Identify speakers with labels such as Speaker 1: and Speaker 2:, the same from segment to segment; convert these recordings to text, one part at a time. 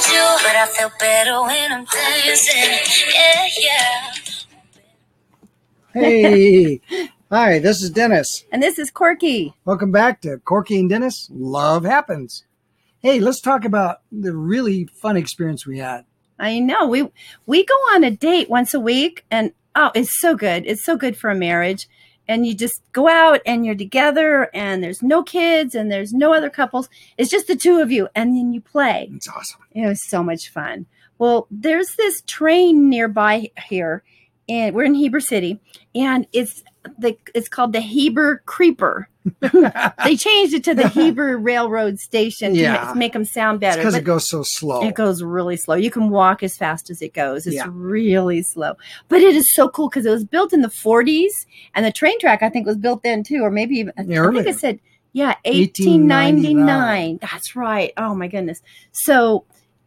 Speaker 1: I feel better when I'm dancing. Yeah, yeah. Hey. Hi, this is Dennis. And this is Corky. Welcome back to Corky and Dennis. Love happens. Hey, let's talk about the really fun experience we had.
Speaker 2: I know. We we go on a date once a week and oh, it's so good. It's so good for a marriage. And you just go out and you're together and there's no kids and there's no other couples. It's just the two of you and then you play.
Speaker 1: It's awesome.
Speaker 2: It was so much fun. Well, there's this train nearby here and we're in Heber City and it's the it's called the Heber Creeper. they changed it to the Heber Railroad Station to
Speaker 1: Yeah.
Speaker 2: ma- make them sound
Speaker 1: It's
Speaker 2: better.
Speaker 1: because
Speaker 2: but-
Speaker 1: it goes so slow.
Speaker 2: it goes really slow. You can walk as fast as it goes. It's
Speaker 1: Oh. Yeah.
Speaker 2: really slow, but it is so cool because it was built in the 40s, and the train track I think was built then too, or maybe even I
Speaker 1: Yeah,
Speaker 2: think
Speaker 1: earlier.
Speaker 2: it said yeah
Speaker 1: 1899.
Speaker 2: 1899. That's right. Oh my goodness. So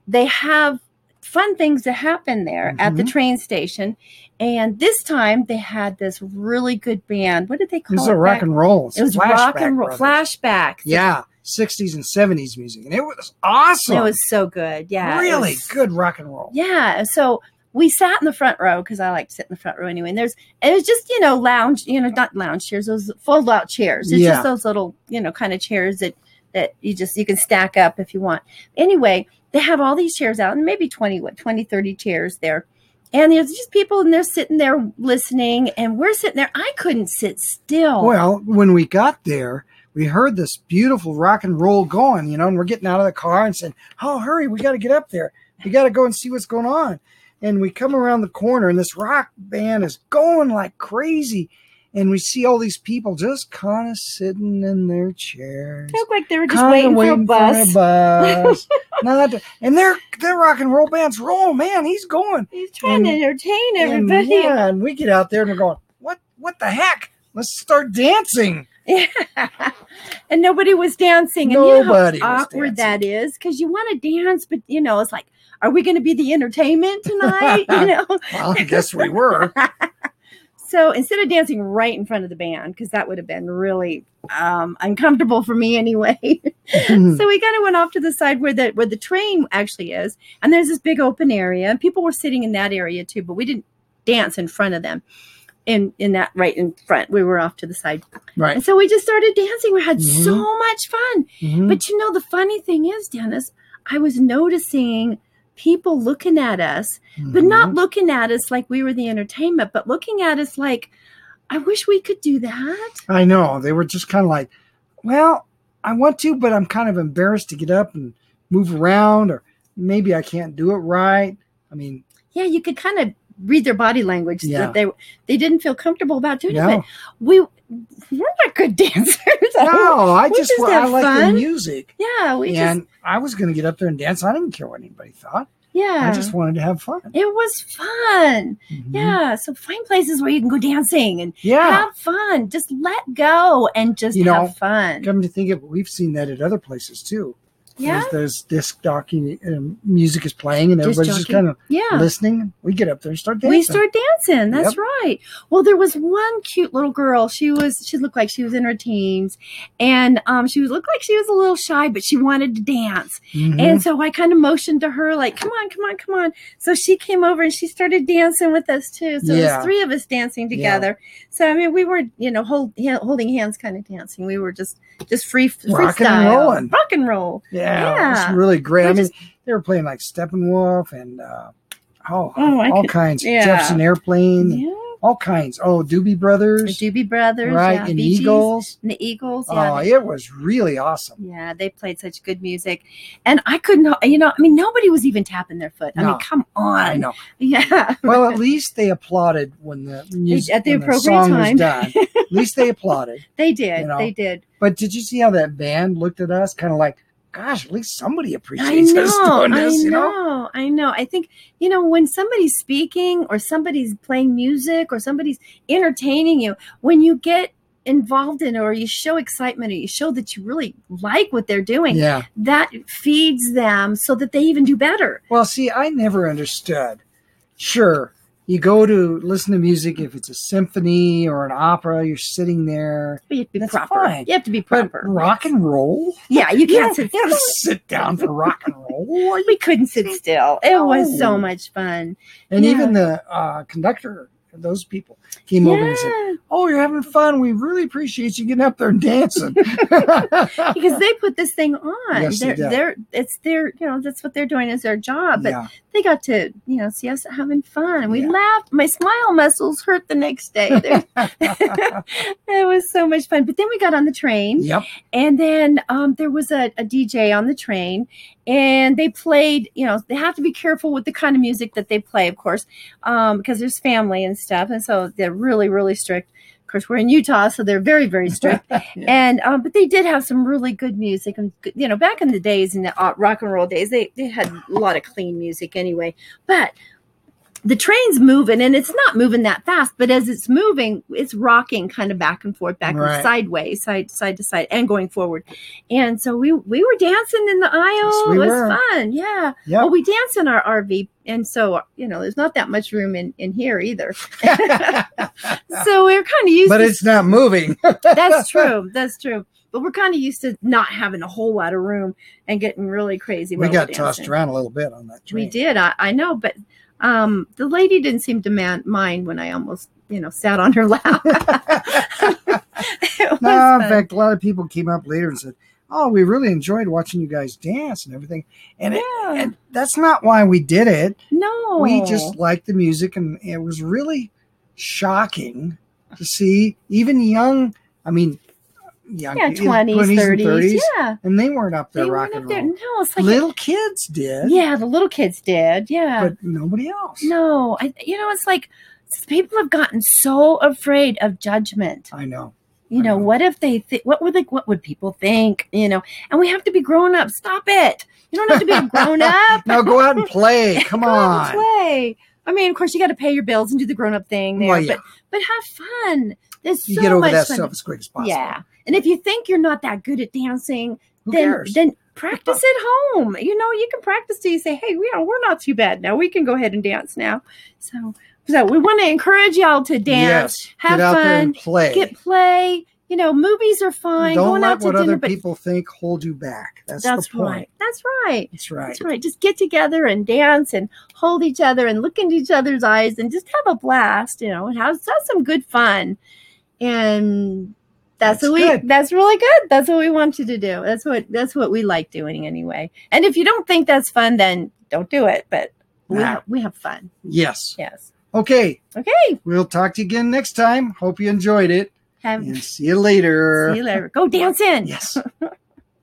Speaker 2: they have fun things that happen there at the
Speaker 1: Mhm.
Speaker 2: train station, and this time they had this really good band. What did they call
Speaker 1: This is
Speaker 2: it?
Speaker 1: a rock
Speaker 2: back-
Speaker 1: and roll.
Speaker 2: It was rock
Speaker 1: Flashback
Speaker 2: and roll
Speaker 1: Brothers.
Speaker 2: flashback.
Speaker 1: Yeah, 60s and 70s music. And it was awesome.
Speaker 2: It was so good. Yeah. it
Speaker 1: really
Speaker 2: was-
Speaker 1: good rock and roll.
Speaker 2: Yeah. So we sat in the front row because I like to sit in the front row anyway. And there's it was just you know lounge, you know not lounge chairs, those fold out chairs. It's
Speaker 1: Yeah.
Speaker 2: just those little you know kind of chairs that that you just you can stack up if you want. Anyway, they have all these chairs out and maybe 20 what 20 30 chairs there. And there's just people and they're sitting there listening and we're sitting there. I couldn't sit still.
Speaker 1: Well, when we got there, we heard this beautiful rock and roll going, you know, and we're getting out of the car and saying, Oh, hurry, we got to get up there. We got to go and see what's going on. And we come around the corner, and this rock band is going like crazy. And we see all these people just kind of sitting in their chairs,
Speaker 2: it looked like they were just
Speaker 1: kind of
Speaker 2: waiting for a
Speaker 1: waiting for a
Speaker 2: bus.
Speaker 1: bus. Not, and their their rock and roll band's roll, man. He's going.
Speaker 2: He's trying to
Speaker 1: And-
Speaker 2: entertain
Speaker 1: And,
Speaker 2: everybody.
Speaker 1: yeah, and we get out there and we're going, what What the heck? Let's start dancing.
Speaker 2: and nobody was dancing. And you know how
Speaker 1: Nobody was
Speaker 2: awkward that is because you want to dance, but you know, it's like, are we going to be the entertainment tonight? you know?
Speaker 1: Well, I guess we were.
Speaker 2: So instead of dancing right in front of the band, because that would have been really um, uncomfortable for me anyway.
Speaker 1: Hmm.
Speaker 2: so we kind of went off to the side where the where the train actually is, and there's this big open area, and people were sitting in that area too, but we didn't dance in front of them. In in that right in front, we were off to the side,
Speaker 1: right.
Speaker 2: and so we just started dancing. We had so
Speaker 1: Mhm.
Speaker 2: much fun.
Speaker 1: Mhm.
Speaker 2: But you know, the funny thing is, Dennis, I was noticing people looking at us, but not
Speaker 1: Mhm.
Speaker 2: looking at us like we were the entertainment, but looking at us like, I wish we could do that.
Speaker 1: Mm-hmm. I know. They were just kind of like, well, I want to, but I'm kind of embarrassed to get up and move around, or maybe I can't do it right. I mean,
Speaker 2: Yeah, you could kind of read their body language
Speaker 1: Yeah.
Speaker 2: that they they didn't feel comfortable about doing it.
Speaker 1: no.
Speaker 2: But we we're not good dancers. I don't-
Speaker 1: No, I
Speaker 2: we
Speaker 1: just,
Speaker 2: just
Speaker 1: well, I
Speaker 2: have
Speaker 1: like the
Speaker 2: fun.
Speaker 1: music.
Speaker 2: yeah, we
Speaker 1: and
Speaker 2: just
Speaker 1: I was going to get up there and dance. I didn't care what anybody thought.
Speaker 2: yeah.
Speaker 1: I just wanted to have fun.
Speaker 2: it was fun.
Speaker 1: Mhm.
Speaker 2: Yeah. So find places where you can go dancing and
Speaker 1: Yeah.
Speaker 2: have fun. Just let go and just
Speaker 1: You know,
Speaker 2: have fun.
Speaker 1: Come to think of it, we've seen that at other places too.
Speaker 2: Yeah.
Speaker 1: There's, there's disc jockey um, music is playing, and
Speaker 2: Disc
Speaker 1: everybody's just
Speaker 2: jockey.
Speaker 1: kind of
Speaker 2: Yeah.
Speaker 1: listening. We get up there and start dancing.
Speaker 2: we start dancing that's
Speaker 1: Yep.
Speaker 2: right well there was one cute little girl she was she looked like she was in her teens and um, she was looked like she was a little shy but she wanted to dance
Speaker 1: Mhm.
Speaker 2: and so i kind of motioned to her like come on come on come on so she came over and she started dancing with us too so it
Speaker 1: Yeah.
Speaker 2: was three of us dancing
Speaker 1: Yeah.
Speaker 2: together so i mean we were you know hold, ha- holding hands kind of dancing we were just just free
Speaker 1: Rocking and
Speaker 2: freestyle
Speaker 1: rolling.
Speaker 2: rock and roll
Speaker 1: Yeah,
Speaker 2: Yeah.
Speaker 1: it's really great.
Speaker 2: We're
Speaker 1: I mean,
Speaker 2: just-
Speaker 1: they were playing like Steppenwolf and uh, oh,
Speaker 2: Oh, I
Speaker 1: all
Speaker 2: could-
Speaker 1: kinds.
Speaker 2: yeah.
Speaker 1: Jefferson Airplane,
Speaker 2: yeah
Speaker 1: all kinds. Oh, Doobie
Speaker 2: the
Speaker 1: Brothers,
Speaker 2: doobie brothers
Speaker 1: right?
Speaker 2: yeah
Speaker 1: and
Speaker 2: Bee Gees,
Speaker 1: Eagles.
Speaker 2: and the eagles yeah
Speaker 1: Oh, it was really awesome.
Speaker 2: Yeah, they played such good music. And I couldn't, you know, I mean, nobody was even tapping their foot. I
Speaker 1: No.
Speaker 2: mean, come
Speaker 1: I
Speaker 2: on.
Speaker 1: know.
Speaker 2: Yeah.
Speaker 1: Well, at least they applauded when the music
Speaker 2: At the
Speaker 1: when the
Speaker 2: appropriate
Speaker 1: song
Speaker 2: time.
Speaker 1: was done. At least they applauded.
Speaker 2: They did.
Speaker 1: You know.
Speaker 2: They did.
Speaker 1: But did you see how that band looked at us, kind of like, "Gosh, at least somebody
Speaker 2: I
Speaker 1: appreciates us
Speaker 2: know.
Speaker 1: doing
Speaker 2: I
Speaker 1: this," you know?
Speaker 2: know. I know. I think, you know, when somebody's speaking or somebody's playing music or somebody's entertaining you, when you get involved in it or you show excitement or you show that you really like what they're doing,
Speaker 1: Yeah.
Speaker 2: that feeds them so that they even do better.
Speaker 1: Well, see, I never understood. Sure, you go to listen to music if it's a symphony or an opera. You're sitting there.
Speaker 2: But you have to be
Speaker 1: That's
Speaker 2: proper.
Speaker 1: fine.
Speaker 2: You have to be
Speaker 1: But
Speaker 2: proper.
Speaker 1: rock and roll?
Speaker 2: yeah, you
Speaker 1: You
Speaker 2: can't
Speaker 1: don't,
Speaker 2: sit.
Speaker 1: you don't sit down for rock and roll.
Speaker 2: We couldn't sit still. It was so
Speaker 1: No.
Speaker 2: much fun.
Speaker 1: And
Speaker 2: Yeah.
Speaker 1: even the uh, conductor, those people came over and said,
Speaker 2: Yeah,
Speaker 1: "Oh, you're having fun. We really appreciate you getting up there and dancing."
Speaker 2: because they put this thing on.
Speaker 1: Yes, they
Speaker 2: they're,
Speaker 1: did.
Speaker 2: they're, it's their, you know, that's what they're doing is their job. But
Speaker 1: yeah,
Speaker 2: they got to, you know, see us having fun. and We
Speaker 1: Yeah.
Speaker 2: laughed. My smile muscles hurt the next day. They're- it was so much fun. But then we got on the train,
Speaker 1: yep.
Speaker 2: and then um, there was a, a DJ on the train, and they played. You know, they have to be careful with the kind of music that they play, of course, um, because there's family and stuff, and so they're really, really strict. Of course, we're in Utah, so they're very, very strict. And um, but they did have some really good music, and good- you know, back in the days in the uh, rock and roll days, they they had a lot of clean music anyway. But the train's moving, and it's not moving that fast. But as it's moving, it's rocking kind of back and forth, back
Speaker 1: Right.
Speaker 2: and sideways, side side to side, and going forward. And so we we were dancing in the aisle.
Speaker 1: Yes, we
Speaker 2: it was
Speaker 1: were.
Speaker 2: fun, yeah.
Speaker 1: Yep.
Speaker 2: Well, we danced in our RV, and so you know, there's not that much room in in here either. So we we're kind of used
Speaker 1: but
Speaker 2: to
Speaker 1: it's not moving.
Speaker 2: that's true. That's true. But we're kind of used to not having a whole lot of room and getting really crazy.
Speaker 1: we
Speaker 2: while
Speaker 1: got
Speaker 2: we're
Speaker 1: tossed
Speaker 2: dancing.
Speaker 1: around a little bit on that train.
Speaker 2: We did. I, I know, but um, the lady didn't seem to man, mind when I almost, you know, sat on her lap. It was
Speaker 1: No, Ah, in
Speaker 2: fun.
Speaker 1: fact, a lot of people came up later and said, "Oh, we really enjoyed watching you guys dance and everything." And it,
Speaker 2: yeah.
Speaker 1: and that's not why we did it.
Speaker 2: no,
Speaker 1: We just liked the music, and it was really shocking to see even young. I mean, young
Speaker 2: yeah,
Speaker 1: people,
Speaker 2: twenties,
Speaker 1: and
Speaker 2: thirties, yeah.
Speaker 1: and they weren't up there
Speaker 2: They
Speaker 1: rock
Speaker 2: went up
Speaker 1: and
Speaker 2: there.
Speaker 1: roll.
Speaker 2: No, it's like
Speaker 1: Little kids did,
Speaker 2: yeah, the little kids did. Yeah,
Speaker 1: but nobody else.
Speaker 2: no, I, you know, it's like people have gotten so afraid of judgment.
Speaker 1: I know.
Speaker 2: you
Speaker 1: I
Speaker 2: know
Speaker 1: know.
Speaker 2: what if they thi- what would like what would people think you know and we have to be grown up stop it you don't have to be a grown up
Speaker 1: Now go out and play. Come
Speaker 2: Go out
Speaker 1: on.
Speaker 2: and play i mean of course you got to pay your bills and do the grown up thing there
Speaker 1: Well, yeah,
Speaker 2: but but have fun there's so
Speaker 1: you get over
Speaker 2: much
Speaker 1: that
Speaker 2: fun
Speaker 1: stuff as quick as possible.
Speaker 2: yeah and if you think you're not that good at dancing
Speaker 1: Who
Speaker 2: then
Speaker 1: cares?
Speaker 2: then practice at home you know you can practice till you say hey we are, we're not too bad now we can go ahead and dance now so so we want to encourage y'all to dance
Speaker 1: Yes.
Speaker 2: have
Speaker 1: get out there
Speaker 2: fun,
Speaker 1: and play.
Speaker 2: get play you know movies are fine
Speaker 1: Don't
Speaker 2: going
Speaker 1: let
Speaker 2: out to
Speaker 1: what
Speaker 2: dinner
Speaker 1: other
Speaker 2: but
Speaker 1: people think hold you back. That's,
Speaker 2: that's
Speaker 1: the point.
Speaker 2: right. That's right.
Speaker 1: That's right.
Speaker 2: That's right. Just get together and dance and hold each other and look into each other's eyes and just have a blast, you know, and have, have some good fun. And
Speaker 1: That's
Speaker 2: that's, what we
Speaker 1: good.
Speaker 2: that's really good. That's what we want you to do. That's what that's what we like doing anyway. And if you don't think that's fun, then don't do it. But we
Speaker 1: Nah.
Speaker 2: have, we have fun.
Speaker 1: Yes.
Speaker 2: Yes.
Speaker 1: Okay.
Speaker 2: Okay.
Speaker 1: We'll talk to you again next time. Hope you enjoyed it.
Speaker 2: Have
Speaker 1: And see you later.
Speaker 2: see you later. Go dance in.
Speaker 1: Yes.